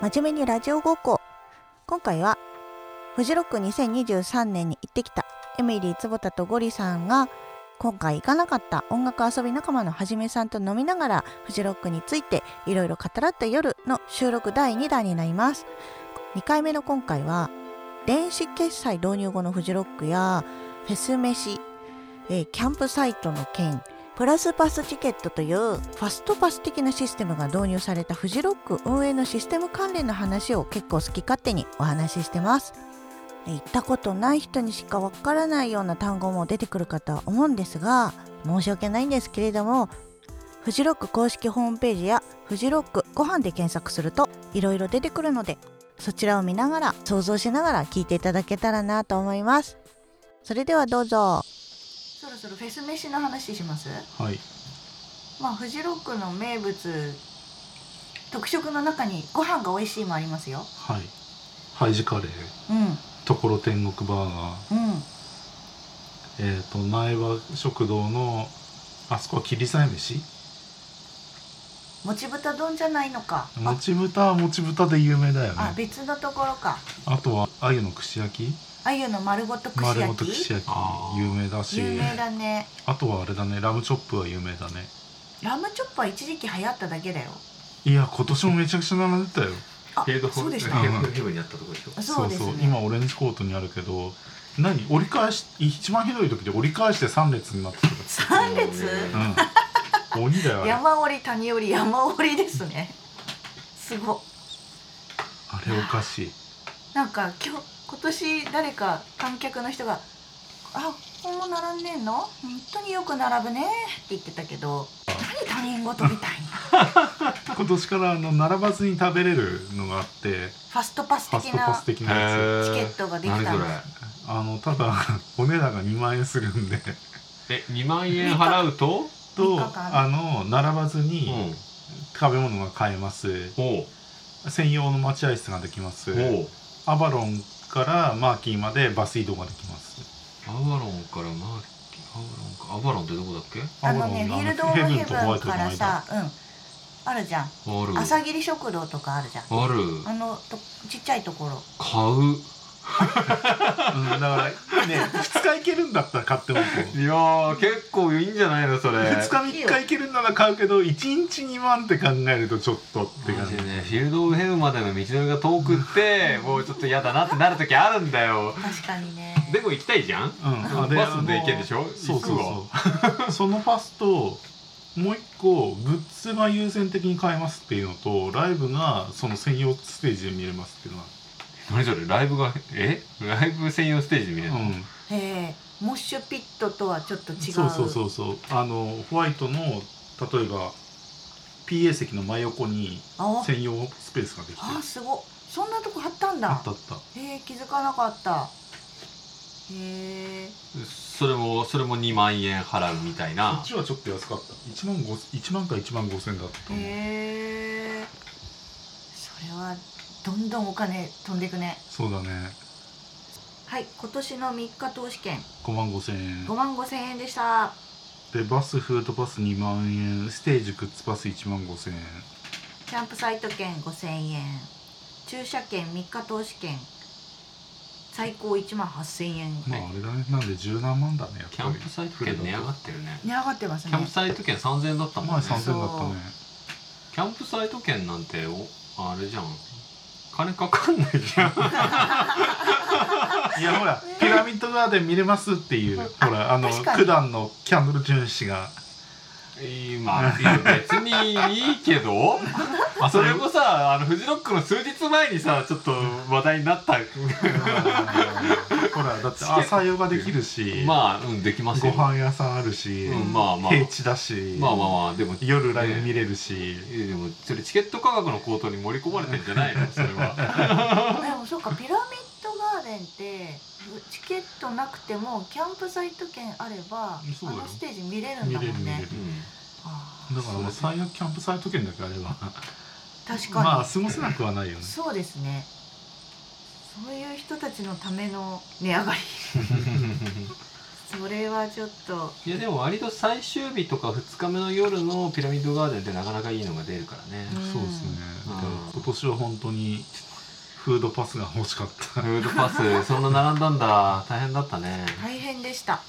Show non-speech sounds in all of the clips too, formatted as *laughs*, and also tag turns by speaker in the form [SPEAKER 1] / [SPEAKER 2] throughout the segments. [SPEAKER 1] 真面目にラジオごっこ今回はフジロック2023年に行ってきたエミリー坪田とゴリさんが今回行かなかった音楽遊び仲間のはじめさんと飲みながらフジロックについていろいろ語らった夜の収録第2弾になります2回目の今回は電子決済導入後のフジロックやフェス飯、えーキャンプサイトの件プラスパスチケットというファストパス的なシステムが導入されたフジロック運営のシステム関連の話を結構好き勝手にお話ししてますえー行ったことない人にしかわからないような単語も出てくるかとは思うんですが申し訳ないんですけれどもフジロック公式ホームページやフジロックご飯で検索するといろいろ出てくるのでそちらを見ながら想像しながら聞いていただけたらなと思いますそれではどうぞそろそろフェス飯の話します
[SPEAKER 2] はい。
[SPEAKER 1] まあフジロックの名物特色の中にご飯が美味しいもありますよ
[SPEAKER 2] はい。ハイジカレー、
[SPEAKER 1] うんうん
[SPEAKER 2] ところ天国バーガー、えっ、と、苗場食堂の、あそこは切りさえ飯
[SPEAKER 1] もち豚丼じゃないのか
[SPEAKER 2] も
[SPEAKER 1] あ
[SPEAKER 2] ち豚はもち豚で有名だよ
[SPEAKER 1] あ
[SPEAKER 2] ね。
[SPEAKER 1] 別のところか
[SPEAKER 2] あとは、鮎の串焼き
[SPEAKER 1] 鮎の丸ごと串
[SPEAKER 2] 丸ご
[SPEAKER 1] 焼
[SPEAKER 2] と串
[SPEAKER 1] き
[SPEAKER 2] 焼き
[SPEAKER 3] あ、ー
[SPEAKER 2] 有名だし、
[SPEAKER 1] 有名だね
[SPEAKER 2] あとはあれだね、ラムチョップは有名だね。
[SPEAKER 1] ラムチョップは一時期流行っただけだよ
[SPEAKER 2] いや、今年もめちゃくちゃ並んでたよ。
[SPEAKER 1] あ
[SPEAKER 3] ヘイドホ
[SPEAKER 1] そうでした
[SPEAKER 2] うん
[SPEAKER 3] ヘイドヘブンにあったところでしょ。
[SPEAKER 1] そうですね
[SPEAKER 2] 今オレンジコートにあるけど、何折り返し、一番ひどい時で折り返して3列になってたとか
[SPEAKER 1] 三列 *laughs*
[SPEAKER 2] うん。鬼だよ、あれ。
[SPEAKER 1] 山折り谷折り山折りですねすごっ
[SPEAKER 2] あれおかしい。
[SPEAKER 1] なんか今日今年誰か観客の人が「あここも並んでんの本当によく並ぶね」って言ってたけど何他人事みたいな
[SPEAKER 2] 今年からあの並ばずに食べれるのがあって
[SPEAKER 1] ファストパス
[SPEAKER 2] ファス
[SPEAKER 1] 的
[SPEAKER 2] トパ
[SPEAKER 1] な
[SPEAKER 2] ス
[SPEAKER 1] チ
[SPEAKER 2] 的なや
[SPEAKER 1] ケットができ
[SPEAKER 3] 何
[SPEAKER 1] た
[SPEAKER 3] それ
[SPEAKER 1] の。
[SPEAKER 2] つあのただ *laughs* お値段が2万円するん
[SPEAKER 1] *laughs*
[SPEAKER 2] で
[SPEAKER 3] え、二万円払うと？
[SPEAKER 2] と
[SPEAKER 1] 三日間
[SPEAKER 2] あの並ばず
[SPEAKER 3] う
[SPEAKER 2] に食べ物が買えます
[SPEAKER 3] おう
[SPEAKER 2] 専用の待合室ができます
[SPEAKER 3] おう。
[SPEAKER 2] アバロンからマーキーまでバス移動ができます
[SPEAKER 3] アバロンからマーキアバロンかアバロンってどこだっけ？
[SPEAKER 1] あのねフ
[SPEAKER 2] ア
[SPEAKER 1] ィール
[SPEAKER 2] バロ
[SPEAKER 1] ド・
[SPEAKER 2] が
[SPEAKER 1] オ
[SPEAKER 2] あ
[SPEAKER 1] ブ・
[SPEAKER 2] の
[SPEAKER 1] ヘブン
[SPEAKER 2] の
[SPEAKER 1] からさうんあるじゃん
[SPEAKER 3] ある。
[SPEAKER 1] 朝霧食堂とかあるじゃん
[SPEAKER 3] ある。
[SPEAKER 1] あのとちっちゃいところ
[SPEAKER 3] 買
[SPEAKER 2] うんだから
[SPEAKER 1] *laughs*
[SPEAKER 2] ね2日行けるんだったら買ってもこう
[SPEAKER 3] う。いやー結構いいんじゃないのそれ。
[SPEAKER 2] 2日3日行けるなら買うけど1日2万って考えるとちょっとって
[SPEAKER 3] マ
[SPEAKER 2] 感
[SPEAKER 3] ジ
[SPEAKER 2] じ
[SPEAKER 3] でね、フィールドオブヘブンまでの道のりが遠くって、もうちょっと嫌だなってなる時あるんだよ。
[SPEAKER 1] 確かにね
[SPEAKER 3] でも行きたいじゃん。
[SPEAKER 2] うん、あ
[SPEAKER 3] バスで行けるでしょ
[SPEAKER 2] あのそうそう
[SPEAKER 3] 行
[SPEAKER 2] *laughs* そうそのパスともう一個グッズが優先的に買えますっていうのとライブがその専用ステージで見れますっていうのは
[SPEAKER 3] 何それライブがえライブ専用ステージみたいな、
[SPEAKER 2] うん
[SPEAKER 1] へえモッシュピットとはちょっと違う
[SPEAKER 2] そうそうそうそうあのホワイトの例えば PA 席の真横に
[SPEAKER 1] あ
[SPEAKER 2] 専用スペースができて
[SPEAKER 1] あすごっそんなとこ貼ったん
[SPEAKER 2] あ
[SPEAKER 1] だ
[SPEAKER 2] ったあった
[SPEAKER 1] へえ気づかなかったへえ
[SPEAKER 3] それもそれも2万円払うみたい
[SPEAKER 2] こ
[SPEAKER 3] な
[SPEAKER 2] っちはちょっと安かった1万五1万か1万5千だったと思う
[SPEAKER 1] へえそれはどんどんお金飛んでいくね
[SPEAKER 2] そうだね
[SPEAKER 1] はい今年の3日投資券
[SPEAKER 2] 5万5千円
[SPEAKER 1] 5万5千円でした
[SPEAKER 2] でバスフードパス2万円ステージグッズパス1万5千円
[SPEAKER 1] キャンプサイト券5千円駐車券3日投資券最高1万8千円
[SPEAKER 2] まああれだね、なんで十何万だね、やっ
[SPEAKER 3] キ
[SPEAKER 2] ぱ
[SPEAKER 3] ャン
[SPEAKER 2] り。
[SPEAKER 3] プサイト券値上がってるね
[SPEAKER 1] 値上がってます
[SPEAKER 3] キ
[SPEAKER 1] ね
[SPEAKER 3] ャンプサイト券3000円だったもん
[SPEAKER 2] 前
[SPEAKER 3] ね
[SPEAKER 2] 三千だったね。
[SPEAKER 3] キャンプサイト券なんておあれじゃん金かかんないじゃん
[SPEAKER 2] いやほら、ピラミッドガーデン見れますっていう、 *laughs* ほら、あの、
[SPEAKER 1] 確かに
[SPEAKER 2] 九段のキャンドル純氏が。
[SPEAKER 3] 今別にいいけどあそれもさあのフジロックの数日前にさちょっと話題になった
[SPEAKER 2] ほら、だって朝用ができるし、
[SPEAKER 3] まあ、うん、できます
[SPEAKER 2] ご
[SPEAKER 3] よ
[SPEAKER 2] 飯屋さんあるし、
[SPEAKER 3] うんまあまあ
[SPEAKER 2] 平地だし、
[SPEAKER 3] まあまあまあでも
[SPEAKER 2] 夜ライブ見れるし、
[SPEAKER 3] えでもそれチケット価格の高騰に盛り込まれてんじゃないのそれは
[SPEAKER 1] でもそうかピラミッドガーデンってチケットなくてもキャンプサイト券あればあ
[SPEAKER 2] そうだよ
[SPEAKER 1] のステージ見れるんだもん
[SPEAKER 2] 見れる見れ
[SPEAKER 1] ね
[SPEAKER 2] る
[SPEAKER 3] う
[SPEAKER 1] あ
[SPEAKER 2] だからもう最悪キャンプサイト券だけあれば、
[SPEAKER 1] ー確かに、
[SPEAKER 2] まあ過ごせなくはないよね。
[SPEAKER 1] そうですねそういう人たちのための値上がり
[SPEAKER 3] ん
[SPEAKER 1] それはちょっと
[SPEAKER 3] いやでも割と最終日とか2日目の夜のピラミッドガーデンってなかなかいいのが出るからね、
[SPEAKER 4] うん
[SPEAKER 2] そうですね
[SPEAKER 3] うん
[SPEAKER 2] だから今年は本当にフードパスが欲しかった
[SPEAKER 3] フードパスそんな並んだんだ大変だったね
[SPEAKER 1] 大変でした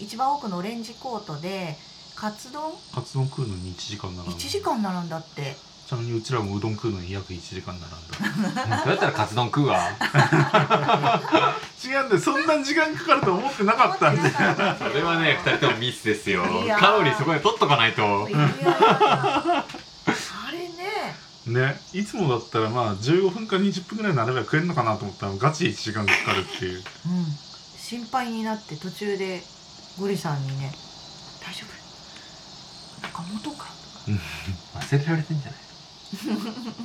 [SPEAKER 1] 一番奥のオレンジコートでカツ丼
[SPEAKER 2] カツ丼食うのに1時間並んだ
[SPEAKER 1] 1時間並んだって
[SPEAKER 2] ちなみにうちらもうどん食うのに約1時間並ん
[SPEAKER 3] どうやったらカツ丼食うわ
[SPEAKER 2] だ *laughs* 違うんだよそんな時間かかると思ってなかっ
[SPEAKER 1] *laughs*
[SPEAKER 2] たんで
[SPEAKER 1] 思ってなかった
[SPEAKER 3] それはね2人ともミスですよ
[SPEAKER 1] いやー
[SPEAKER 3] カロリーそこで取っとかないと
[SPEAKER 1] いやいやいやあれね
[SPEAKER 2] *laughs* ねいつもだったらまあ15分か20分ぐらい並べば食えるのかなと思ったらガチ1時間かかるって *laughs* いう
[SPEAKER 1] うん心配になって途中でゴリさんにね「大丈夫なんか元か?」
[SPEAKER 3] 忘れられてんじゃない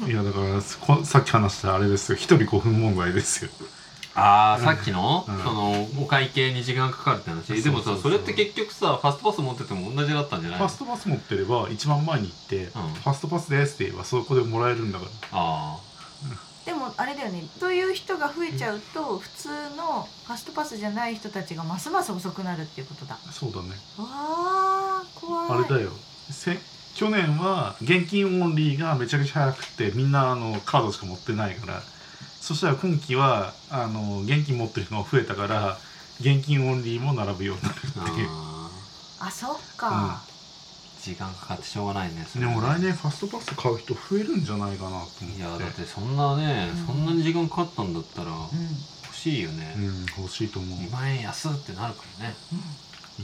[SPEAKER 2] いやだからこさっき話したあれですよ1人5分問題ですよ
[SPEAKER 3] あーさっきの、
[SPEAKER 2] うん
[SPEAKER 3] そのお会計に時間かかるって話、
[SPEAKER 2] そう
[SPEAKER 3] で
[SPEAKER 2] そうそ
[SPEAKER 3] も
[SPEAKER 2] う
[SPEAKER 3] さそれって結局さファストパス持ってても同じだったんじゃない
[SPEAKER 2] ファストパス持ってれば一番前に行って、
[SPEAKER 3] うん
[SPEAKER 2] ファストパスですって言えばそこでもらえるんだから
[SPEAKER 3] あ
[SPEAKER 1] でもあれだよねそういう人が増えちゃうと普通のファストパスじゃない人たちがますます遅くなるっていうことだ
[SPEAKER 2] そうだね
[SPEAKER 1] わー怖い
[SPEAKER 2] あれだよせ去年は現金オンリーがめちゃくちゃ早くてみんなあのカードしか持ってないからそしたら今期はあの現金持ってる人が増えたから現金オンリーも並ぶようになる
[SPEAKER 3] ー
[SPEAKER 2] っていう
[SPEAKER 3] あ
[SPEAKER 1] あそっか、
[SPEAKER 3] ー時間かかってしょうがないねそ
[SPEAKER 2] で
[SPEAKER 3] れ
[SPEAKER 2] も来年ファストパス買う人増えるんじゃないかなと思って
[SPEAKER 3] いやだってそんなね、
[SPEAKER 1] うん
[SPEAKER 3] そんなに時間かかったんだったら
[SPEAKER 1] うんうん
[SPEAKER 3] 欲しいよね、
[SPEAKER 2] うん欲しいと思う
[SPEAKER 3] 2万円安ってなるからね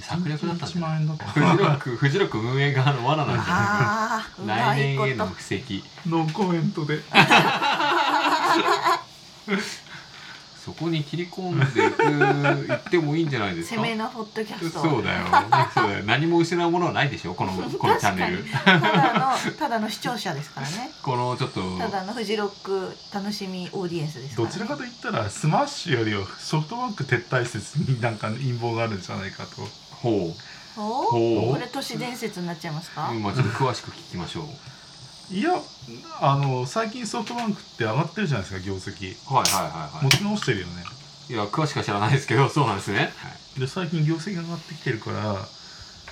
[SPEAKER 3] 策略だったん
[SPEAKER 2] 1
[SPEAKER 3] じゃ
[SPEAKER 2] 万
[SPEAKER 3] な
[SPEAKER 2] 円だっ
[SPEAKER 3] フジロ
[SPEAKER 2] た
[SPEAKER 3] ックフジロック運営側の罠なんじゃ
[SPEAKER 1] ああう
[SPEAKER 3] ないか
[SPEAKER 1] ま
[SPEAKER 3] 来
[SPEAKER 1] いこ
[SPEAKER 3] 年への
[SPEAKER 1] と
[SPEAKER 3] 布石
[SPEAKER 2] ノーコメントで
[SPEAKER 3] そこに切り込んでいく行ってもいいんじゃないですか
[SPEAKER 1] 攻めのポッドキャスト
[SPEAKER 3] そうだよそうだよ何も失うものはないでしょこのこのチャンネル
[SPEAKER 1] ただの *laughs* ただの視聴者ですからね
[SPEAKER 3] このちょっと
[SPEAKER 1] ただのフジロック楽しみオーディエンスですから、
[SPEAKER 2] ど
[SPEAKER 1] ね、
[SPEAKER 2] ちらかといったらスマッシュよりはソフトバンク撤退説になんか陰謀があるんじゃないかと
[SPEAKER 3] ほう
[SPEAKER 1] お
[SPEAKER 3] ほ
[SPEAKER 1] こ
[SPEAKER 3] う
[SPEAKER 1] れ都市伝説になっちゃいますか、
[SPEAKER 3] 今ちょっと詳しく聞きましょう
[SPEAKER 2] いやあの最近ソフトバンクって上がってるじゃないですか業績
[SPEAKER 3] はいはいはいは
[SPEAKER 2] 持ち直してるよね
[SPEAKER 3] いいや詳しくは知らないですけどそうなんですね、
[SPEAKER 2] で最近業績が上がってきてるから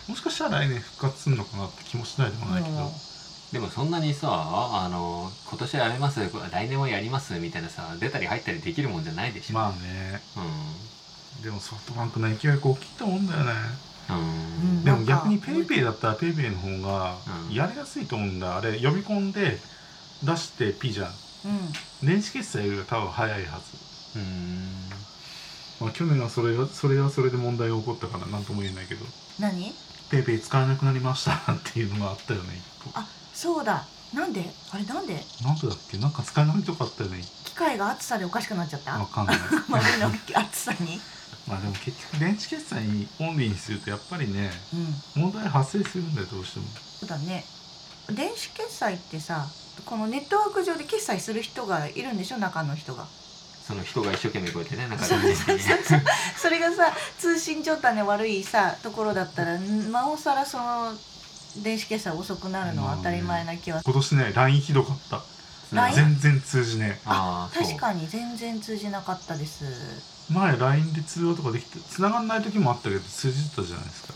[SPEAKER 2] もしかしたら来年復活するのかなって気もしないでもないけど、
[SPEAKER 1] うん
[SPEAKER 3] でもそんなにさあの今年やります来年もやりますみたいなさ出たり入ったりできるもんじゃないでしょ、
[SPEAKER 2] まあね
[SPEAKER 3] う
[SPEAKER 2] でもソフトバンクの勢いが大きいと思うんだよね
[SPEAKER 3] んうん
[SPEAKER 2] でも逆に PayPay だったら PayPay の方が
[SPEAKER 3] うん
[SPEAKER 2] やりやすいと思うんだあれ呼び込んで出してピじゃん
[SPEAKER 1] うん
[SPEAKER 2] 電子決済よりは多分早いはず
[SPEAKER 3] うん
[SPEAKER 2] まあ、去年はそれはそれはそれで問題が起こったから何とも言えないけど
[SPEAKER 1] 何
[SPEAKER 2] 「ペイペイ使えなくなりました」 *laughs* っていうのがあったよね一個
[SPEAKER 1] あそうだなんであれなんで
[SPEAKER 2] なんでだっけなんか使えないとかあったよね
[SPEAKER 1] 機械が暑さでおかしくなっちゃった
[SPEAKER 2] わ
[SPEAKER 1] *laughs*
[SPEAKER 2] かんない
[SPEAKER 1] 周りの暑さに、
[SPEAKER 2] まあでも結局電子決済にオンリーにするとやっぱりね
[SPEAKER 1] うん、
[SPEAKER 2] 問題発生するんだよどうしても
[SPEAKER 1] そうだね電子決済ってさこのネットワーク上で決済する人がいるんでしょ中の人が
[SPEAKER 3] その人が一生懸命こうやってねなんか
[SPEAKER 1] そうそうそうそうそれがさ通信状態の悪いさところだったらんなおさらその電子決済遅くなるのは当たり前な気は
[SPEAKER 2] 今年ね LINE ひどかった
[SPEAKER 1] ライン
[SPEAKER 2] 全然通じね
[SPEAKER 3] あーそう
[SPEAKER 1] 確かに全然通じなかったです
[SPEAKER 2] え前 LINE で通話とかできて繋がんない時もあったけど通じてたじゃないですか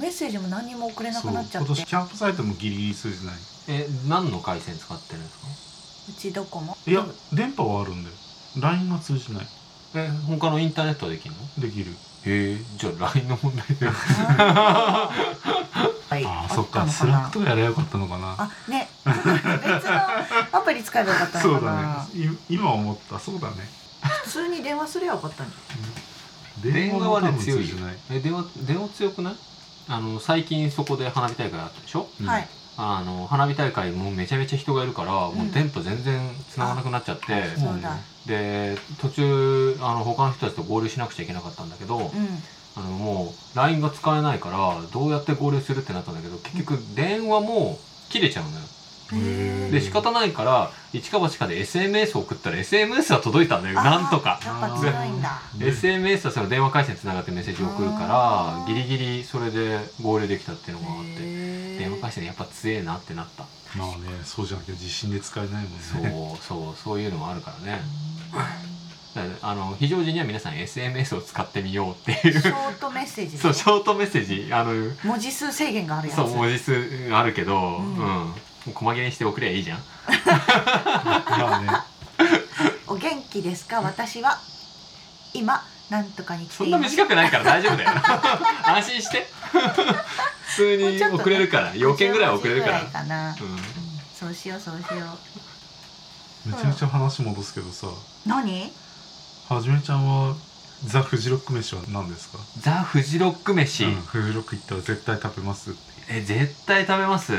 [SPEAKER 3] う
[SPEAKER 1] メッセージも何にも送れなく
[SPEAKER 2] そう
[SPEAKER 1] な
[SPEAKER 2] 今
[SPEAKER 1] っちゃってう
[SPEAKER 2] 年キャンプサイトもギリギリ通じない
[SPEAKER 3] んえ何の回線使ってるんですか
[SPEAKER 1] ちどこも
[SPEAKER 2] いや電波はあるんだよ LINE が通じない
[SPEAKER 3] え他のインターネットはできるの
[SPEAKER 2] できる
[SPEAKER 3] へえじゃあ LINE の問題だよ
[SPEAKER 1] はい
[SPEAKER 2] ああ
[SPEAKER 1] た
[SPEAKER 2] そ
[SPEAKER 1] の
[SPEAKER 2] っかスラックとかやればよかったのかな
[SPEAKER 1] あね別のアプリ使えばよかった
[SPEAKER 2] *laughs* そ
[SPEAKER 1] の
[SPEAKER 2] う
[SPEAKER 1] かな
[SPEAKER 2] だねい今思ったそうだね
[SPEAKER 1] 普通に電話すればよかったんじ
[SPEAKER 3] 電話は
[SPEAKER 2] も多
[SPEAKER 3] ね
[SPEAKER 2] 分
[SPEAKER 3] 強
[SPEAKER 2] 通
[SPEAKER 3] い
[SPEAKER 2] じ
[SPEAKER 3] よ
[SPEAKER 2] ない
[SPEAKER 3] *laughs* え電話電話強くないあの最近そこで花火大会あったでしょ
[SPEAKER 1] ゃん、はい
[SPEAKER 3] あの花火大会もうめちゃめちゃ人がいるから、も
[SPEAKER 1] うん
[SPEAKER 3] う電波全然繋がなくなっちゃって
[SPEAKER 2] うん
[SPEAKER 1] そうだ
[SPEAKER 3] で途中あの他の人たちと合流しなくちゃいけなかったんだけど、
[SPEAKER 1] う
[SPEAKER 3] あのもう LINE が使えないからどうやって合流するってなったんだけど結局電話も切れちゃうのよ
[SPEAKER 1] ん
[SPEAKER 2] へー
[SPEAKER 3] で仕方ないから一か八かで SMS を送ったら SMS は届いたんだよなんとか
[SPEAKER 1] あーやっぱ強いんだ
[SPEAKER 2] うん
[SPEAKER 3] SMS はその電話回線つながってメッセージを送る
[SPEAKER 1] あ
[SPEAKER 3] か
[SPEAKER 1] ー
[SPEAKER 3] らギリギリそれで合流できたっていうのがあって電話回
[SPEAKER 1] へ
[SPEAKER 3] 線やっぱ強えなってなった
[SPEAKER 2] まあねそうじゃなきゃ地震で使えないもんね
[SPEAKER 3] そうそうそういうのもあるからねだからあの非常時には皆さん SMS を使ってみようっていう
[SPEAKER 1] ショートメッセージ
[SPEAKER 3] そうシ *laughs* ョートメッセージあの
[SPEAKER 1] 文字数制限があるやつ
[SPEAKER 3] そう文字数あるけど、
[SPEAKER 1] う
[SPEAKER 3] うんんもう細切れにして送りゃいいじゃん
[SPEAKER 2] まあね
[SPEAKER 1] *laughs* お元気ですか私は今なんとかに来
[SPEAKER 3] そ
[SPEAKER 1] て
[SPEAKER 3] ん
[SPEAKER 1] い
[SPEAKER 3] な
[SPEAKER 1] ます
[SPEAKER 3] 短くないから *laughs* 大丈夫だよ安心して *laughs* 普通
[SPEAKER 1] もう
[SPEAKER 3] に
[SPEAKER 1] ちょっとね
[SPEAKER 3] 送れるから要件ぐらいは送れるから
[SPEAKER 1] 50ぐらいかな、
[SPEAKER 3] うん
[SPEAKER 1] うんそうしようそうしよう
[SPEAKER 2] めちゃめちゃ話戻すけどさ
[SPEAKER 1] 何
[SPEAKER 2] はじめちゃんはザ・フジロック飯は何ですか、
[SPEAKER 3] ザ・フジロック飯、
[SPEAKER 2] うんフジロック行ったら絶対食べますっていう
[SPEAKER 3] え絶対食べます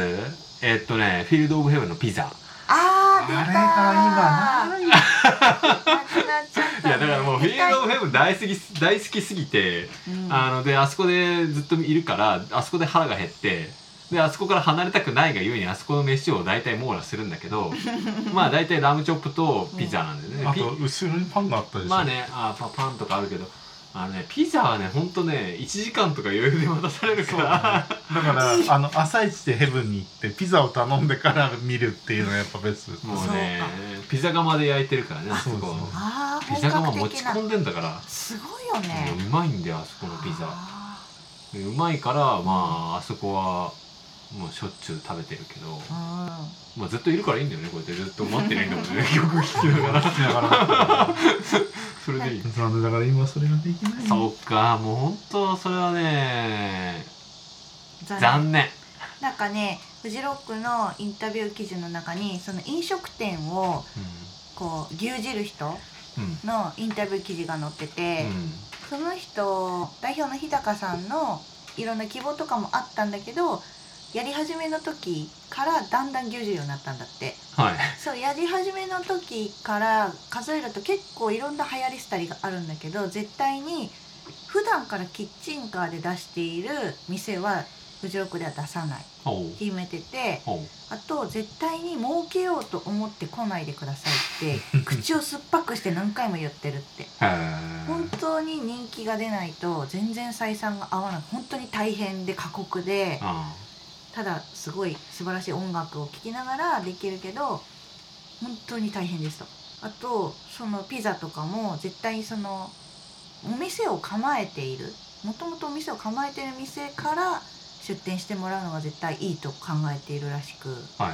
[SPEAKER 3] えっとねフィールド・オブ・ヘブンのピザ
[SPEAKER 1] あー出たー
[SPEAKER 2] あ
[SPEAKER 1] れが今なくなっちゃった、
[SPEAKER 3] いやだからもうフィールド・オブ・ヘブン大好きす大好きすぎて、あのであそこでずっといるからあそこで腹が減ってであそこから離れたくないがゆえにあそこの飯を大体網羅するんだけ *laughs* どまあ大体ラムチョップとピザなんでね、
[SPEAKER 2] あ
[SPEAKER 3] ピ
[SPEAKER 2] と後ろにパンがあったでしょ
[SPEAKER 3] まあねあパパンとかあるけどあのねピザはねほんとね1時間とか余裕で渡されるから
[SPEAKER 2] だからあの朝一でヘブンに行ってピザを頼んでから見るっていうのがやっぱベスト
[SPEAKER 3] もうねピザ窯で焼いてるからねあそこは
[SPEAKER 2] そうですね
[SPEAKER 1] あー
[SPEAKER 3] ピ
[SPEAKER 1] 本
[SPEAKER 3] ザ窯
[SPEAKER 1] 格
[SPEAKER 3] 持
[SPEAKER 1] 的
[SPEAKER 3] ち
[SPEAKER 1] な
[SPEAKER 3] 込んでんだから、
[SPEAKER 1] すごいよね
[SPEAKER 3] うまいんだよあそこのピザ
[SPEAKER 1] あ
[SPEAKER 3] うまいからまああそこはもうしょっちゅう食べてるけど、
[SPEAKER 1] ーうん
[SPEAKER 3] まあ、ずっといるからいいんだよねこうやってずっと待ってないんだもんね *laughs* 曲聴きながら
[SPEAKER 2] 聞きながら
[SPEAKER 3] それでいい
[SPEAKER 2] 残念だから今それができない
[SPEAKER 3] そうかもうほんとそれはね
[SPEAKER 1] 残念
[SPEAKER 3] 残念
[SPEAKER 1] なんかねフジロックのインタビュー記事の中にその飲食店をこう牛耳る人
[SPEAKER 3] うんうん
[SPEAKER 1] のインタビュー記事が載ってて、その人代表の日高さんのいろんな希望とかもあったんだけどやり始めの時からだんだん牛耳るようになったんだって
[SPEAKER 3] はい
[SPEAKER 1] そうやり始めの時から数えると結構いろんな流行り廃りがあるんだけど絶対に普段からキッチンカーで出している店はフジロックでは出さない
[SPEAKER 3] おう
[SPEAKER 1] 決めてて
[SPEAKER 3] おう
[SPEAKER 1] あと絶対に儲けようと思って来ないでくださいって口を酸っぱくして何回も言ってるって
[SPEAKER 3] へー
[SPEAKER 1] 本当に人気が出ないと全然採算が合わない本当に大変で過酷で
[SPEAKER 3] あ
[SPEAKER 1] ただすごい素晴らしい音楽を聴きながらできるけど本当に大変ですとあとそのピザとかも絶対にそのお店を構えているもともとお店を構えている店から出店してもらうのが絶対いいと考えているらしく
[SPEAKER 3] あはい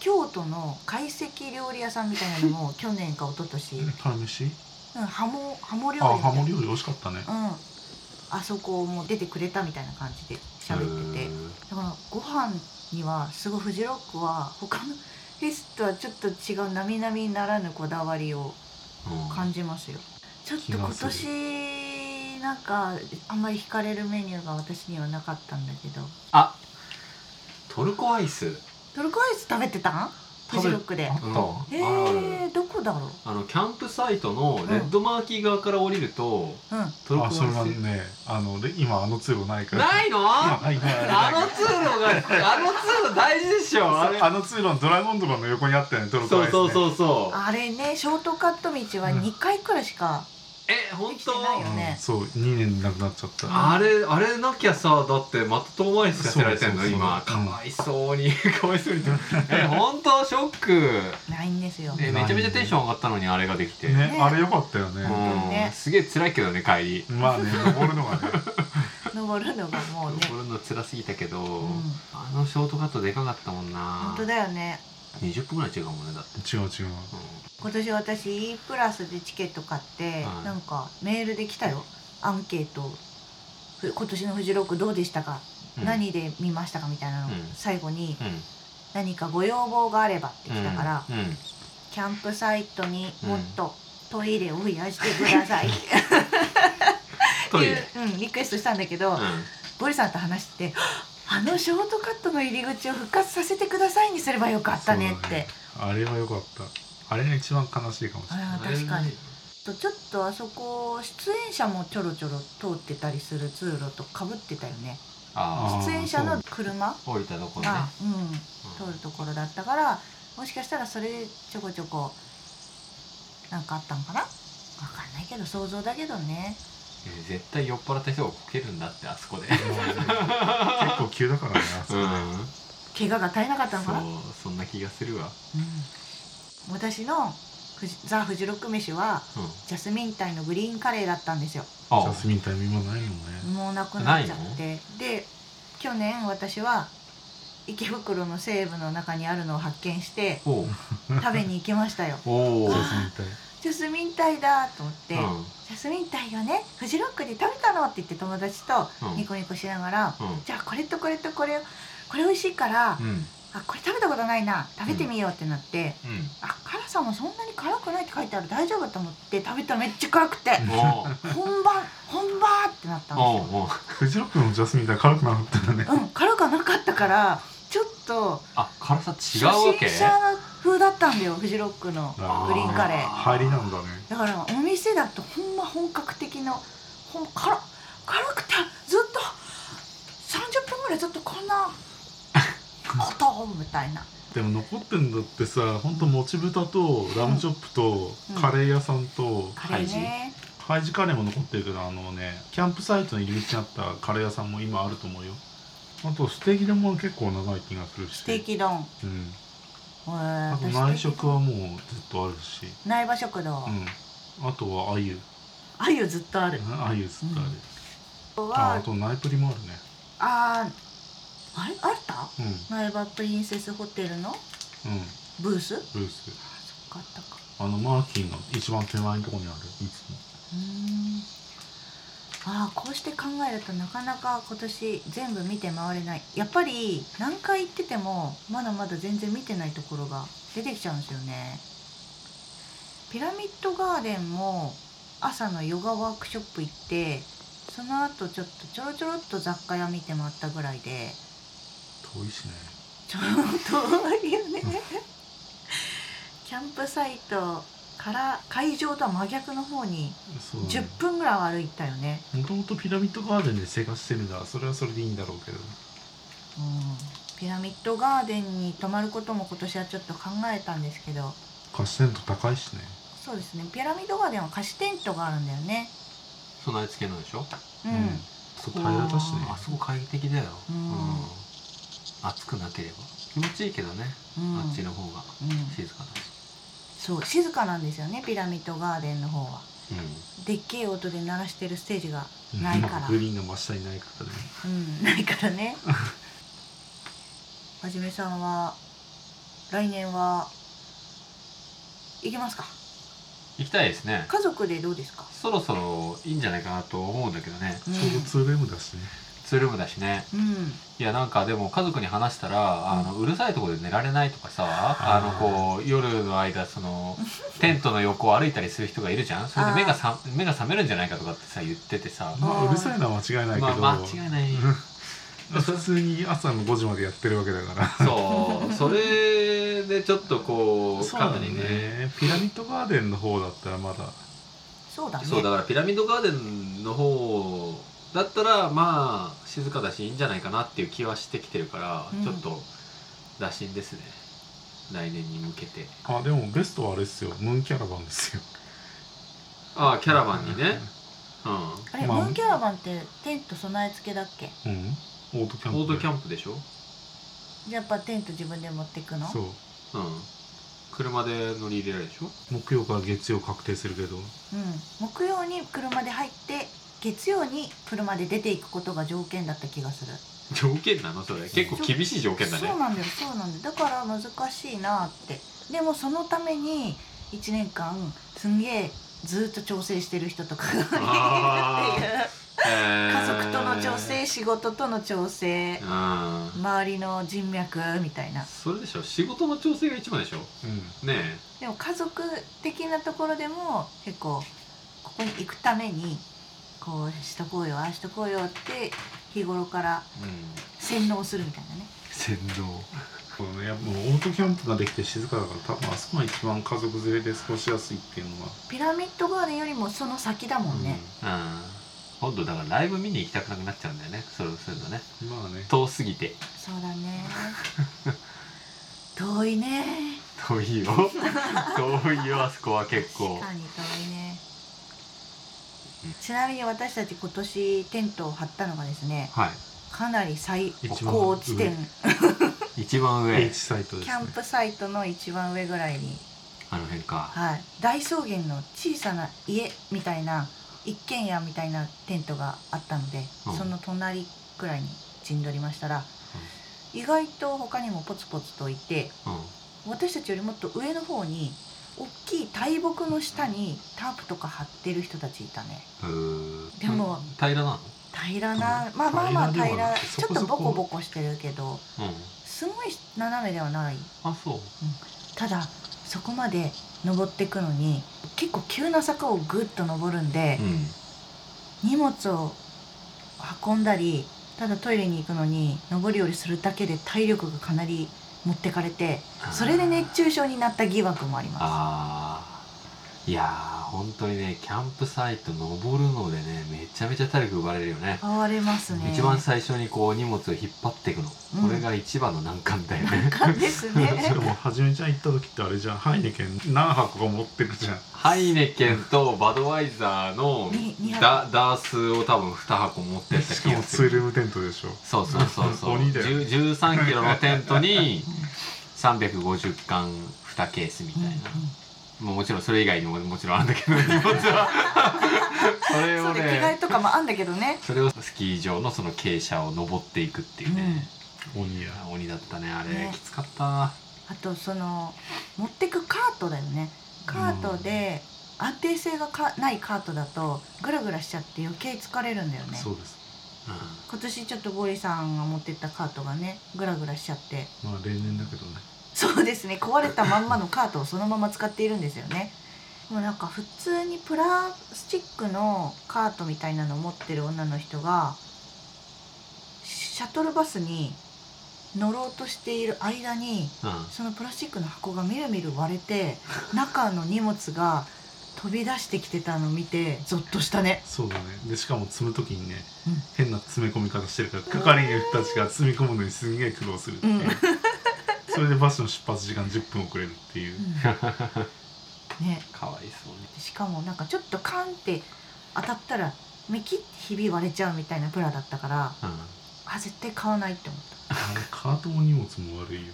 [SPEAKER 1] 京都の懐石料理屋さんみたいなのも去年か一昨年うん
[SPEAKER 2] パン飯
[SPEAKER 1] ハモハモ料理みたい
[SPEAKER 2] あ
[SPEAKER 1] な
[SPEAKER 2] ハモ料理美味しかったね
[SPEAKER 1] うんあそこも出てくれたみたいな感じで喋ってて
[SPEAKER 3] へー
[SPEAKER 1] だからご飯にはすごいフジロックは他のフェスとはちょっと違う並々ならぬこだわりを
[SPEAKER 3] うん
[SPEAKER 1] 感じますよちょっと今
[SPEAKER 2] 気がす
[SPEAKER 1] 年なんかあんまり惹かれるメニューが私にはなかったんだけど
[SPEAKER 3] あトルコアイス
[SPEAKER 1] トルコアイス食べてたんフジロックで
[SPEAKER 2] あった
[SPEAKER 1] え
[SPEAKER 3] あるあ
[SPEAKER 1] ー、
[SPEAKER 3] る
[SPEAKER 1] どこだろう
[SPEAKER 3] あのキャンプサイトのレッドマーキー側から降りると、
[SPEAKER 1] うん
[SPEAKER 3] トルコア
[SPEAKER 2] あ
[SPEAKER 3] イス
[SPEAKER 2] それはねあので今あの通路ないから
[SPEAKER 3] ないの
[SPEAKER 2] 今
[SPEAKER 3] あ
[SPEAKER 2] あ今
[SPEAKER 3] の通路があの通路大事でしょあれ
[SPEAKER 2] あの通路のドラゴンとかの横にあったよねトロト
[SPEAKER 3] そ
[SPEAKER 2] ロ
[SPEAKER 3] う
[SPEAKER 2] アイスね
[SPEAKER 3] そうそうそう
[SPEAKER 1] あれねショートカット道は2回くらいしか、
[SPEAKER 3] え本
[SPEAKER 1] できて
[SPEAKER 3] 当
[SPEAKER 1] ないよね
[SPEAKER 2] うんそう2年なくなっちゃった
[SPEAKER 3] あれあれなきゃさだってまた遠回りさせられてん
[SPEAKER 2] そう
[SPEAKER 3] の
[SPEAKER 2] そうそう
[SPEAKER 3] 今かわいそうにかわいそうにえ本当ショック
[SPEAKER 1] ないんですよ、
[SPEAKER 3] えめちゃめちゃテンション上がったのにあれができて、
[SPEAKER 2] ね
[SPEAKER 1] ね
[SPEAKER 2] あれ良かったよ
[SPEAKER 3] う
[SPEAKER 2] ね
[SPEAKER 1] 本当にね
[SPEAKER 3] んすげえ辛いけどね帰り
[SPEAKER 2] まあね登るのがね
[SPEAKER 1] 登るのがもうね
[SPEAKER 3] 登るの辛すぎたけど、
[SPEAKER 1] うん
[SPEAKER 3] あのショートカットでかかったもんな
[SPEAKER 1] 本当だよね
[SPEAKER 3] 20分ぐらい違うもんねだって、
[SPEAKER 2] 違う違う
[SPEAKER 3] うん
[SPEAKER 1] 今年私 E プラスでチケット買って、
[SPEAKER 3] はい
[SPEAKER 1] なんかメールで来たよアンケートふ今年のフジロックどうでしたか、
[SPEAKER 3] うん
[SPEAKER 1] 何で見ましたかみたいなの、
[SPEAKER 3] うん
[SPEAKER 1] 最後に
[SPEAKER 3] うん
[SPEAKER 1] 何かご要望があればって来たから、
[SPEAKER 3] うんうん
[SPEAKER 1] キャンプサイトにもっとトイレを増やしてくださいって
[SPEAKER 3] *laughs* トイ
[SPEAKER 1] い
[SPEAKER 3] レ
[SPEAKER 1] う、うん、リクエストしたんだけど、
[SPEAKER 3] う
[SPEAKER 1] ボリさんと話してあのショートカットの入り口を復活させてくださいにすればよかったねっ
[SPEAKER 2] そう
[SPEAKER 1] て、
[SPEAKER 2] だねあれは良かったあれが一番悲しいかもしれない
[SPEAKER 1] あ
[SPEAKER 3] ん
[SPEAKER 1] れは確かにとちょっとあそこ出演者もちょろちょろ通ってたりする通路とかぶってたよね
[SPEAKER 3] あ
[SPEAKER 2] ー
[SPEAKER 1] 出演者の車
[SPEAKER 3] あ降りたところね
[SPEAKER 1] が、うん、
[SPEAKER 3] うん
[SPEAKER 1] 通るところだったからもしかしたらそれでちょこちょこなんかあったんかなわかんないけど想像だけどね
[SPEAKER 3] えー絶対酔っ払った人がこけるんだってあそこで
[SPEAKER 2] 結構急だからねあそこね
[SPEAKER 1] 怪我が絶えなかったのかな、うん
[SPEAKER 3] そうそんな気がするわ
[SPEAKER 1] 私のフジザ・フジロック飯は
[SPEAKER 3] うん
[SPEAKER 1] ジャスミンタイのグリーンカレーだったんですよ
[SPEAKER 3] あ
[SPEAKER 2] ジャスミンタイム今ないもんね
[SPEAKER 1] もうなくなっちゃってで去年私は池袋の西部の中にあるのを発見して
[SPEAKER 3] おう
[SPEAKER 1] 食べに行きましたよ
[SPEAKER 3] おお
[SPEAKER 2] ジ
[SPEAKER 3] う
[SPEAKER 2] ャ
[SPEAKER 3] ん
[SPEAKER 2] スミンタイ
[SPEAKER 1] ジャスミンタイだと思って、ジャスミンタイよねフジロックで食べたのって言って友達と
[SPEAKER 3] うん
[SPEAKER 1] ニコニコしながら、
[SPEAKER 3] うん
[SPEAKER 1] じゃあこれとこれとこれをこれ美味しいから、
[SPEAKER 3] うん
[SPEAKER 1] あこれ食べたことないな食べてみようってなって、
[SPEAKER 3] うん
[SPEAKER 1] あ辛さもそんなに辛くないって書いてある大丈夫と思って食べたらめっちゃ辛くて *laughs*
[SPEAKER 3] おう
[SPEAKER 1] 本番本番ってなったん
[SPEAKER 3] お
[SPEAKER 1] で
[SPEAKER 3] う
[SPEAKER 1] すよ
[SPEAKER 3] おう
[SPEAKER 2] フジロックのジャスミンタイ辛くなかったね
[SPEAKER 1] うん辛くはなかったからちょっと
[SPEAKER 3] あ辛さ違
[SPEAKER 1] 初
[SPEAKER 3] うわけ
[SPEAKER 1] 心者風だったんだよフジロックの
[SPEAKER 2] あ
[SPEAKER 1] グリーンカレー
[SPEAKER 2] 入りなんだね
[SPEAKER 1] だからお店だとほんま本格的なほんま辛辛くてずっと30分ぐらいずっとこん
[SPEAKER 2] *laughs*
[SPEAKER 1] なことみたいな
[SPEAKER 2] でも残ってんだってさほんともち豚とラムチョップと
[SPEAKER 1] うん
[SPEAKER 2] カレー屋さんと
[SPEAKER 1] カレーね
[SPEAKER 2] ハイジカレーも残ってるけどあのねキャンプサイトの入り口にあったカレー屋さんも今あると思うよあとステーキ丼も結構長い気がするし
[SPEAKER 1] ステーキ丼
[SPEAKER 2] うん
[SPEAKER 1] へ
[SPEAKER 2] あ
[SPEAKER 1] ー
[SPEAKER 2] と
[SPEAKER 1] 私
[SPEAKER 2] 内食はもうずっとあるし
[SPEAKER 1] 苗場食堂
[SPEAKER 2] うんあとはあゆ
[SPEAKER 1] あゆずっとある
[SPEAKER 2] あゆずっとあるああ
[SPEAKER 1] は
[SPEAKER 2] とナイプリもあるね
[SPEAKER 1] あーあれあった
[SPEAKER 2] うん
[SPEAKER 1] 苗場プリンセスホテルの
[SPEAKER 2] うん
[SPEAKER 1] ブースあ
[SPEAKER 2] ブース
[SPEAKER 1] そっかあったか
[SPEAKER 2] あのマーキーの一番手前のとこにあるいつも
[SPEAKER 1] うーんああこうして考えるとなかなか今年全部見て回れないやっぱり何回行っててもまだまだ全然見てないところが出てきちゃうんですよねピラミッドガーデンも朝のヨガワークショップ行ってその後ちょっとちょろちょろっと雑貨屋見て回ったぐらいで
[SPEAKER 2] 遠いしね
[SPEAKER 1] ちょっといよねキャンプサイトから会場とは真逆の方に
[SPEAKER 2] そうだ
[SPEAKER 1] 10
[SPEAKER 2] ね
[SPEAKER 1] 分ぐらいは歩いたよね
[SPEAKER 2] もともとピラミッドガーデンで生活してるんだそれはそれでいいんだろうけど
[SPEAKER 1] うんピラミッドガーデンに泊まることも今年はちょっと考えたんですけど
[SPEAKER 2] 貸しテント高いしね
[SPEAKER 1] そうですねピラミッドガーデンは貸しテントがあるんだよね
[SPEAKER 3] 備え付けのでしょ
[SPEAKER 1] う、
[SPEAKER 2] うんそこ平らだしね
[SPEAKER 3] あそこ快適だよ
[SPEAKER 1] うん
[SPEAKER 3] 暑くなければ気持ちいいけどね
[SPEAKER 1] うん
[SPEAKER 3] あっちの方が
[SPEAKER 1] うん、
[SPEAKER 3] 静かだし
[SPEAKER 1] そう静かなんですよねピラミッドガーデンの方は
[SPEAKER 3] う
[SPEAKER 1] でっけえ音で鳴らしてるステージが
[SPEAKER 2] うん
[SPEAKER 1] ないから
[SPEAKER 2] グリーンの真下にないからね
[SPEAKER 1] うん *laughs* ないからねはじめさんは来年は行けますか
[SPEAKER 3] 行きたいですね
[SPEAKER 1] 家族でどうですか、
[SPEAKER 3] そろそろいいんじゃないかなと思うんだけどね
[SPEAKER 1] うん
[SPEAKER 2] ちょうど 2BM だしね
[SPEAKER 3] ツールームだしね
[SPEAKER 1] うん
[SPEAKER 3] いやなんかでも家族に話したらあのうるさいところで寝られないとかさあのこう夜の間そのテントの横を歩いたりする人がいるじゃんそれで目がさ目が覚めるんじゃないかとかってさ言っててさ
[SPEAKER 2] まあ
[SPEAKER 1] あー
[SPEAKER 2] うるさいのは間違いないけ
[SPEAKER 3] ま
[SPEAKER 2] ど、
[SPEAKER 3] あ間違いない
[SPEAKER 2] 普通に朝の5時までやってるわけだから
[SPEAKER 3] そうそれでちょっとこう
[SPEAKER 2] そう
[SPEAKER 3] か
[SPEAKER 2] だ
[SPEAKER 3] なりね
[SPEAKER 2] ねピラミッドガーデンの方だったらまだ
[SPEAKER 1] そうだね
[SPEAKER 3] そうだからピラミッドガーデンの方だったらまあ静かだしいいんじゃないかなっていう気はしてきてるから、
[SPEAKER 1] うん
[SPEAKER 3] ちょっと打診ですね来年に向けて
[SPEAKER 2] あでもベストはあれっすよムーンキャラバンですよ
[SPEAKER 3] ああキャラバンにねうん
[SPEAKER 1] あれ、
[SPEAKER 2] まあ
[SPEAKER 1] ムーンキャラバンってテント備え付けだっけ
[SPEAKER 2] うんオートキャンプ
[SPEAKER 3] オートキャ
[SPEAKER 2] ン
[SPEAKER 3] ンプでしょ
[SPEAKER 1] やっぱテント自分で持ってくの
[SPEAKER 2] そう
[SPEAKER 3] うん車で乗り入れられるでしょ
[SPEAKER 2] 木曜から月曜確定するけど
[SPEAKER 1] うん、木曜に車で入って月曜に車で出ていくことが条件だった気がする
[SPEAKER 3] 条件なのそれ結構厳しい条件だね
[SPEAKER 1] そうなんだよそうなんだよだから難しいなってでもそのために1年間すんげえずっと調整してる人とかがいるっていう
[SPEAKER 3] えー
[SPEAKER 1] 家族との調整仕事との調整
[SPEAKER 3] うん
[SPEAKER 1] 周りの人脈みたいな
[SPEAKER 3] それでしょ仕事の調整が一番でしょ
[SPEAKER 2] うん
[SPEAKER 3] ねえ
[SPEAKER 1] でも家族的なところでも結構ここに行くためにこうしとこうよああしとこうよって日頃から洗脳するみたいなね
[SPEAKER 3] 先導
[SPEAKER 2] そうね、やっぱもうオートキャンプができて静かだから多分あそこが一番家族連れで過ごしやすいっていうのは、
[SPEAKER 1] ピラミッドガーデンよりもその先だもんね、
[SPEAKER 3] うん今度だからライブ見に行きたくなくなっちゃうんだよねそれをするとね
[SPEAKER 2] うんまあね
[SPEAKER 3] 遠すぎて
[SPEAKER 1] そうだね遠いね
[SPEAKER 3] 遠
[SPEAKER 1] *laughs*
[SPEAKER 3] いよ遠いよあそこは結構
[SPEAKER 1] 確かに遠いねちなみに私たち今年テントを張ったのがですね
[SPEAKER 3] は
[SPEAKER 1] かなり最
[SPEAKER 2] 一番
[SPEAKER 1] 高地点
[SPEAKER 2] 上
[SPEAKER 3] い一番上
[SPEAKER 2] H サイトで
[SPEAKER 1] キ
[SPEAKER 2] す
[SPEAKER 1] ャ
[SPEAKER 2] ね
[SPEAKER 1] ンプサイトの一番上ぐらいに
[SPEAKER 3] あの辺か
[SPEAKER 1] はい、大草原の小さな家みたいな一軒家みたいなテントがあったので、
[SPEAKER 3] うん
[SPEAKER 1] その隣くらいに陣取りましたら、意外と他にもポツポツといて
[SPEAKER 3] うん
[SPEAKER 1] 私たちよりもっと上の方に大きい大木の下にタープとか張ってる人たちいたね
[SPEAKER 3] うー
[SPEAKER 1] でも
[SPEAKER 3] 平らなの
[SPEAKER 1] 平らな、まあまあまあ平らちょっとボコボコしてるけど
[SPEAKER 3] うん
[SPEAKER 1] すごい斜めではない
[SPEAKER 3] あそう
[SPEAKER 1] ただそこまで登ってくのに結構急な坂をぐっと登るんで、
[SPEAKER 3] うん
[SPEAKER 1] 荷物を運んだりただトイレに行くのに上り下りするだけで体力がかなり持ってかれてそれで熱中症になった疑惑もありま
[SPEAKER 3] あーいやー本当にねキャンプサイト登るのでねめちゃめちゃ体力奪われるよね
[SPEAKER 1] す哀れますね
[SPEAKER 3] 一番最初にこう荷物を引っ張っていくの、
[SPEAKER 1] うん
[SPEAKER 3] これが一番の難関だよ
[SPEAKER 1] 難
[SPEAKER 3] ね
[SPEAKER 1] 関です
[SPEAKER 2] それ
[SPEAKER 1] ね
[SPEAKER 2] もはじめちゃん行った時ってあれじゃんハイネケン何箱か持ってる
[SPEAKER 1] *laughs*
[SPEAKER 2] じゃん
[SPEAKER 3] ハイネケンとバドワイザーの
[SPEAKER 1] にに
[SPEAKER 3] ダダースを多分2箱持ってった
[SPEAKER 2] し
[SPEAKER 3] 気
[SPEAKER 2] か
[SPEAKER 3] が
[SPEAKER 2] もツ
[SPEAKER 3] す
[SPEAKER 2] ールー
[SPEAKER 3] る
[SPEAKER 2] ムテントでしょ
[SPEAKER 3] そうそうそうそう
[SPEAKER 2] 鬼だよ
[SPEAKER 3] 1 3キロのテントに350缶2ケースみた
[SPEAKER 1] う
[SPEAKER 3] い
[SPEAKER 1] んう
[SPEAKER 3] な、
[SPEAKER 1] ん
[SPEAKER 3] もうもちろんそれ以外にももちろんあるんだけど荷
[SPEAKER 1] *laughs*
[SPEAKER 3] 物はそれ
[SPEAKER 1] そ
[SPEAKER 3] を
[SPEAKER 1] うで着替え
[SPEAKER 3] ね
[SPEAKER 1] とかもあんだけどね
[SPEAKER 3] それをスキー場のその傾斜を登っていくっていうね、
[SPEAKER 2] 鬼や
[SPEAKER 3] あ鬼だったねあれ
[SPEAKER 1] ね
[SPEAKER 3] きつかった
[SPEAKER 1] あとその持ってくカートだよねカートで安定性がかないカートだとグラグラしちゃって余計疲れるんだよね
[SPEAKER 2] そうです
[SPEAKER 3] う
[SPEAKER 1] 今年ちょっとゴリさんが持ってったカートがねグラグラしちゃって
[SPEAKER 2] まあ例年だけどね
[SPEAKER 1] そうですね壊れたまんまのカートをそのまま使っているんですよねもうなんか普通にプラスチックのカートみたいなのを持ってる女の人がシャトルバスに乗ろうとしている間に
[SPEAKER 3] んうん
[SPEAKER 1] そのプラスチックの箱がみるみる割れて中の荷物が飛び出してきてたのを見てゾッとしたね
[SPEAKER 2] そうだねでしかも積む時にね、
[SPEAKER 1] うん
[SPEAKER 2] 変な詰め込み方してるから係員の人たちが積み込むのにすんげえ苦労する *laughs* っていう、
[SPEAKER 1] うん
[SPEAKER 2] それでバスの出発時間10分遅れるっていう、
[SPEAKER 1] *laughs* ね
[SPEAKER 3] かわいそうに
[SPEAKER 1] しかもなんかちょっとカンって当たったらめきってひび割れちゃうみたいなプラだったから
[SPEAKER 3] う
[SPEAKER 1] あ絶対買わないって思っ
[SPEAKER 2] あのカートも荷物も悪いよ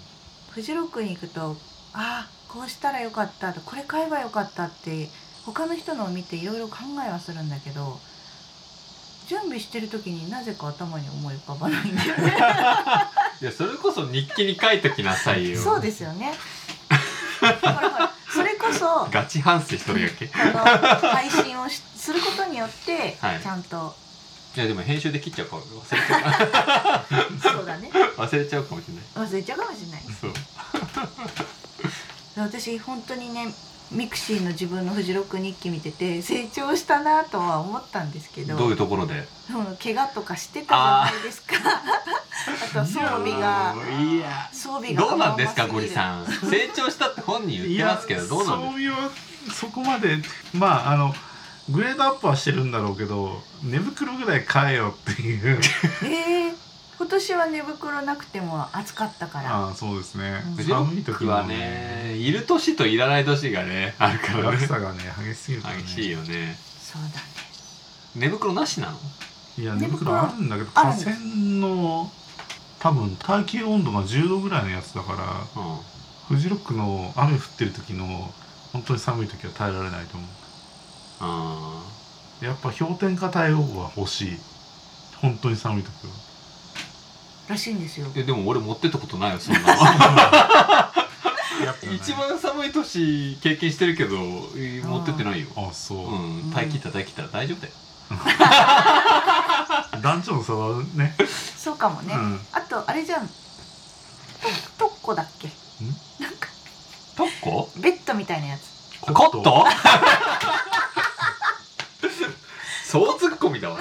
[SPEAKER 1] たフジロックに行くとああこうしたらよかったとこれ買えばよかったって他の人のを見ていろいろ考えはするんだけど準備してる時になぜか頭に思い浮かばないんだよね
[SPEAKER 3] ん、いやそれこそ日記に書いときなさいよ
[SPEAKER 1] そうですよねほらほらそれこそ
[SPEAKER 3] ガチ反省しとるやんけい *laughs*
[SPEAKER 1] この配信をしすることによって、
[SPEAKER 3] はい
[SPEAKER 1] ちゃんと
[SPEAKER 3] やでも編集で切っちゃう *laughs* かも忘れちゃう
[SPEAKER 1] そうだね
[SPEAKER 3] 忘れちゃうかもしれない
[SPEAKER 1] 忘れちゃうかもしれない
[SPEAKER 3] そう
[SPEAKER 1] 私本当にねミクシーの自分のフジロック日記見てて成長したなとは思ったんですけど
[SPEAKER 3] どういうところで
[SPEAKER 1] その怪我とかしてたじゃないですか *laughs* あとは装備が
[SPEAKER 3] いや
[SPEAKER 1] 装備が
[SPEAKER 3] どうなんですか
[SPEAKER 1] 甘
[SPEAKER 3] ゴ
[SPEAKER 1] 々ぎる
[SPEAKER 3] リさん成長したって本人言ってますけどどうなんです
[SPEAKER 2] いや装備はそこまでまああのグレードアップはしてるんだろうけど寝袋ぐらい買えよって
[SPEAKER 3] *laughs*
[SPEAKER 2] いう
[SPEAKER 1] えー今年は寝袋なくても暑かったから
[SPEAKER 2] ああそうですね
[SPEAKER 1] うん
[SPEAKER 3] フジロ
[SPEAKER 2] 寒い
[SPEAKER 3] ッ
[SPEAKER 2] 時
[SPEAKER 3] ク
[SPEAKER 2] の
[SPEAKER 3] はねいる年といらない年がねあるから
[SPEAKER 2] 落
[SPEAKER 3] ね *laughs*
[SPEAKER 2] 差がね激しすぎるからね
[SPEAKER 3] 激しいよね
[SPEAKER 1] そうだね
[SPEAKER 3] 寝袋なしなの
[SPEAKER 2] いや
[SPEAKER 1] 寝
[SPEAKER 2] 寝
[SPEAKER 1] 袋
[SPEAKER 2] 袋あるんだけど
[SPEAKER 1] ある
[SPEAKER 2] 河川の多分耐久温度が10度ぐらいのやつだから
[SPEAKER 3] うん
[SPEAKER 2] フジロックの雨降ってる時の本当に寒い時は耐えられないと思
[SPEAKER 3] あ
[SPEAKER 2] うやっぱ氷点下対応は欲しい本当に寒い時は
[SPEAKER 1] らしいんですよ
[SPEAKER 3] ーえでも俺持ってったことないよそん *laughs* な
[SPEAKER 2] やっぱね
[SPEAKER 3] 一番寒い年経験してるけどえー持ってってないよ
[SPEAKER 2] あそう、
[SPEAKER 3] うん耐え切った耐え切った大丈夫だよ
[SPEAKER 2] 男女の差はね
[SPEAKER 1] そうかもね、
[SPEAKER 2] うん
[SPEAKER 1] あとあれじゃんと特攻だっけなんか
[SPEAKER 3] トッコ
[SPEAKER 1] ベッドみたいなやつ
[SPEAKER 3] コッ *laughs* トそうツッコミだわ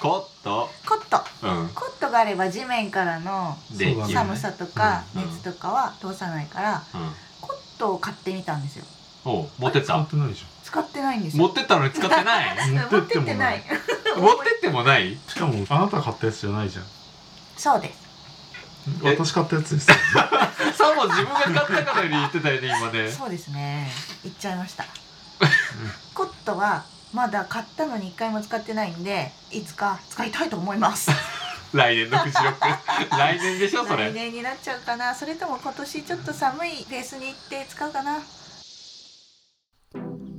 [SPEAKER 3] コット
[SPEAKER 1] コット
[SPEAKER 3] うん
[SPEAKER 1] コットがあれば地面からの
[SPEAKER 3] で
[SPEAKER 2] そうだね
[SPEAKER 1] 寒さとか
[SPEAKER 3] うんうん
[SPEAKER 1] 熱とかは通さないから
[SPEAKER 3] うん
[SPEAKER 1] コットを買ってみたんですよ
[SPEAKER 3] おう持ってっ
[SPEAKER 2] 使
[SPEAKER 3] た
[SPEAKER 2] ってないでし
[SPEAKER 1] 使ってないんです
[SPEAKER 3] 持
[SPEAKER 1] よ
[SPEAKER 3] ってったのに使ってない *laughs*
[SPEAKER 2] ょ
[SPEAKER 1] 持ってってない
[SPEAKER 3] 持ってってもない
[SPEAKER 2] しかもあなた買ったやつじゃないじゃん
[SPEAKER 1] そうです
[SPEAKER 3] え
[SPEAKER 2] 私買ったやつです
[SPEAKER 3] さも自分が買ったからに言ってたよね今ね
[SPEAKER 1] そうですね言っちゃいましたコットはまだ買ったのに一回も使ってないんでいつか使いたいと思います
[SPEAKER 3] 来年のフジロ *laughs* ック来年でしょそ
[SPEAKER 5] 来
[SPEAKER 3] れ
[SPEAKER 5] 年になっちゃうかなそれとも今年ちょっと寒いベースに行って使うかな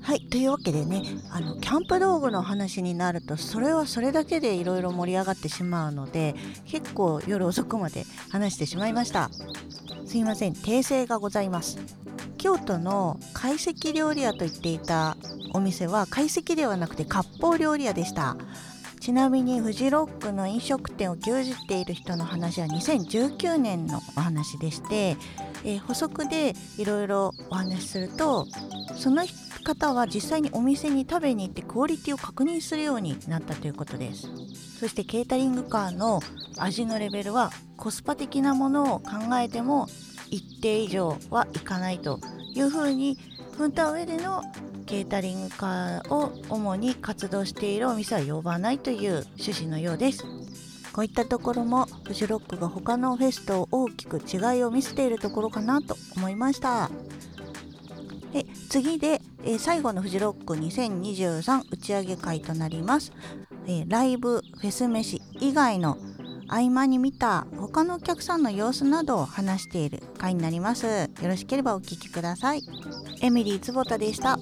[SPEAKER 1] はいというわけでねあのキャンプ道具の話になるとそれはそれだけでいろいろ盛り上がってしまうので結構夜遅くまで話してしまいましたすいません訂正がございます京都の懐石料理屋と言っていたお店は懐石ではなくて割烹料理屋でしたちなみにフジロックの飲食店を牛耳っている人の話は2019年のお話でして、えー補足でいろいろお話しするとその方は実際にお店に食べに行ってクオリティを確認するようになったということですそしてケータリングカーの味のレベルはコスパ的なものを考えても一定以上はいかないというふうに踏んだ上でのケータリングカーを主に活動しているお店は呼ばないという趣旨のようですこういったところもフジロックが他のフェスと大きく違いを見せているところかなと思いましたで次で、えー最後のフジロック2023打ち上げ会となります、えーライブフェス飯以外の合間に見た他のお客さんの様子などを話している会になりますよろしければお聞きくださいエミリー坪田でした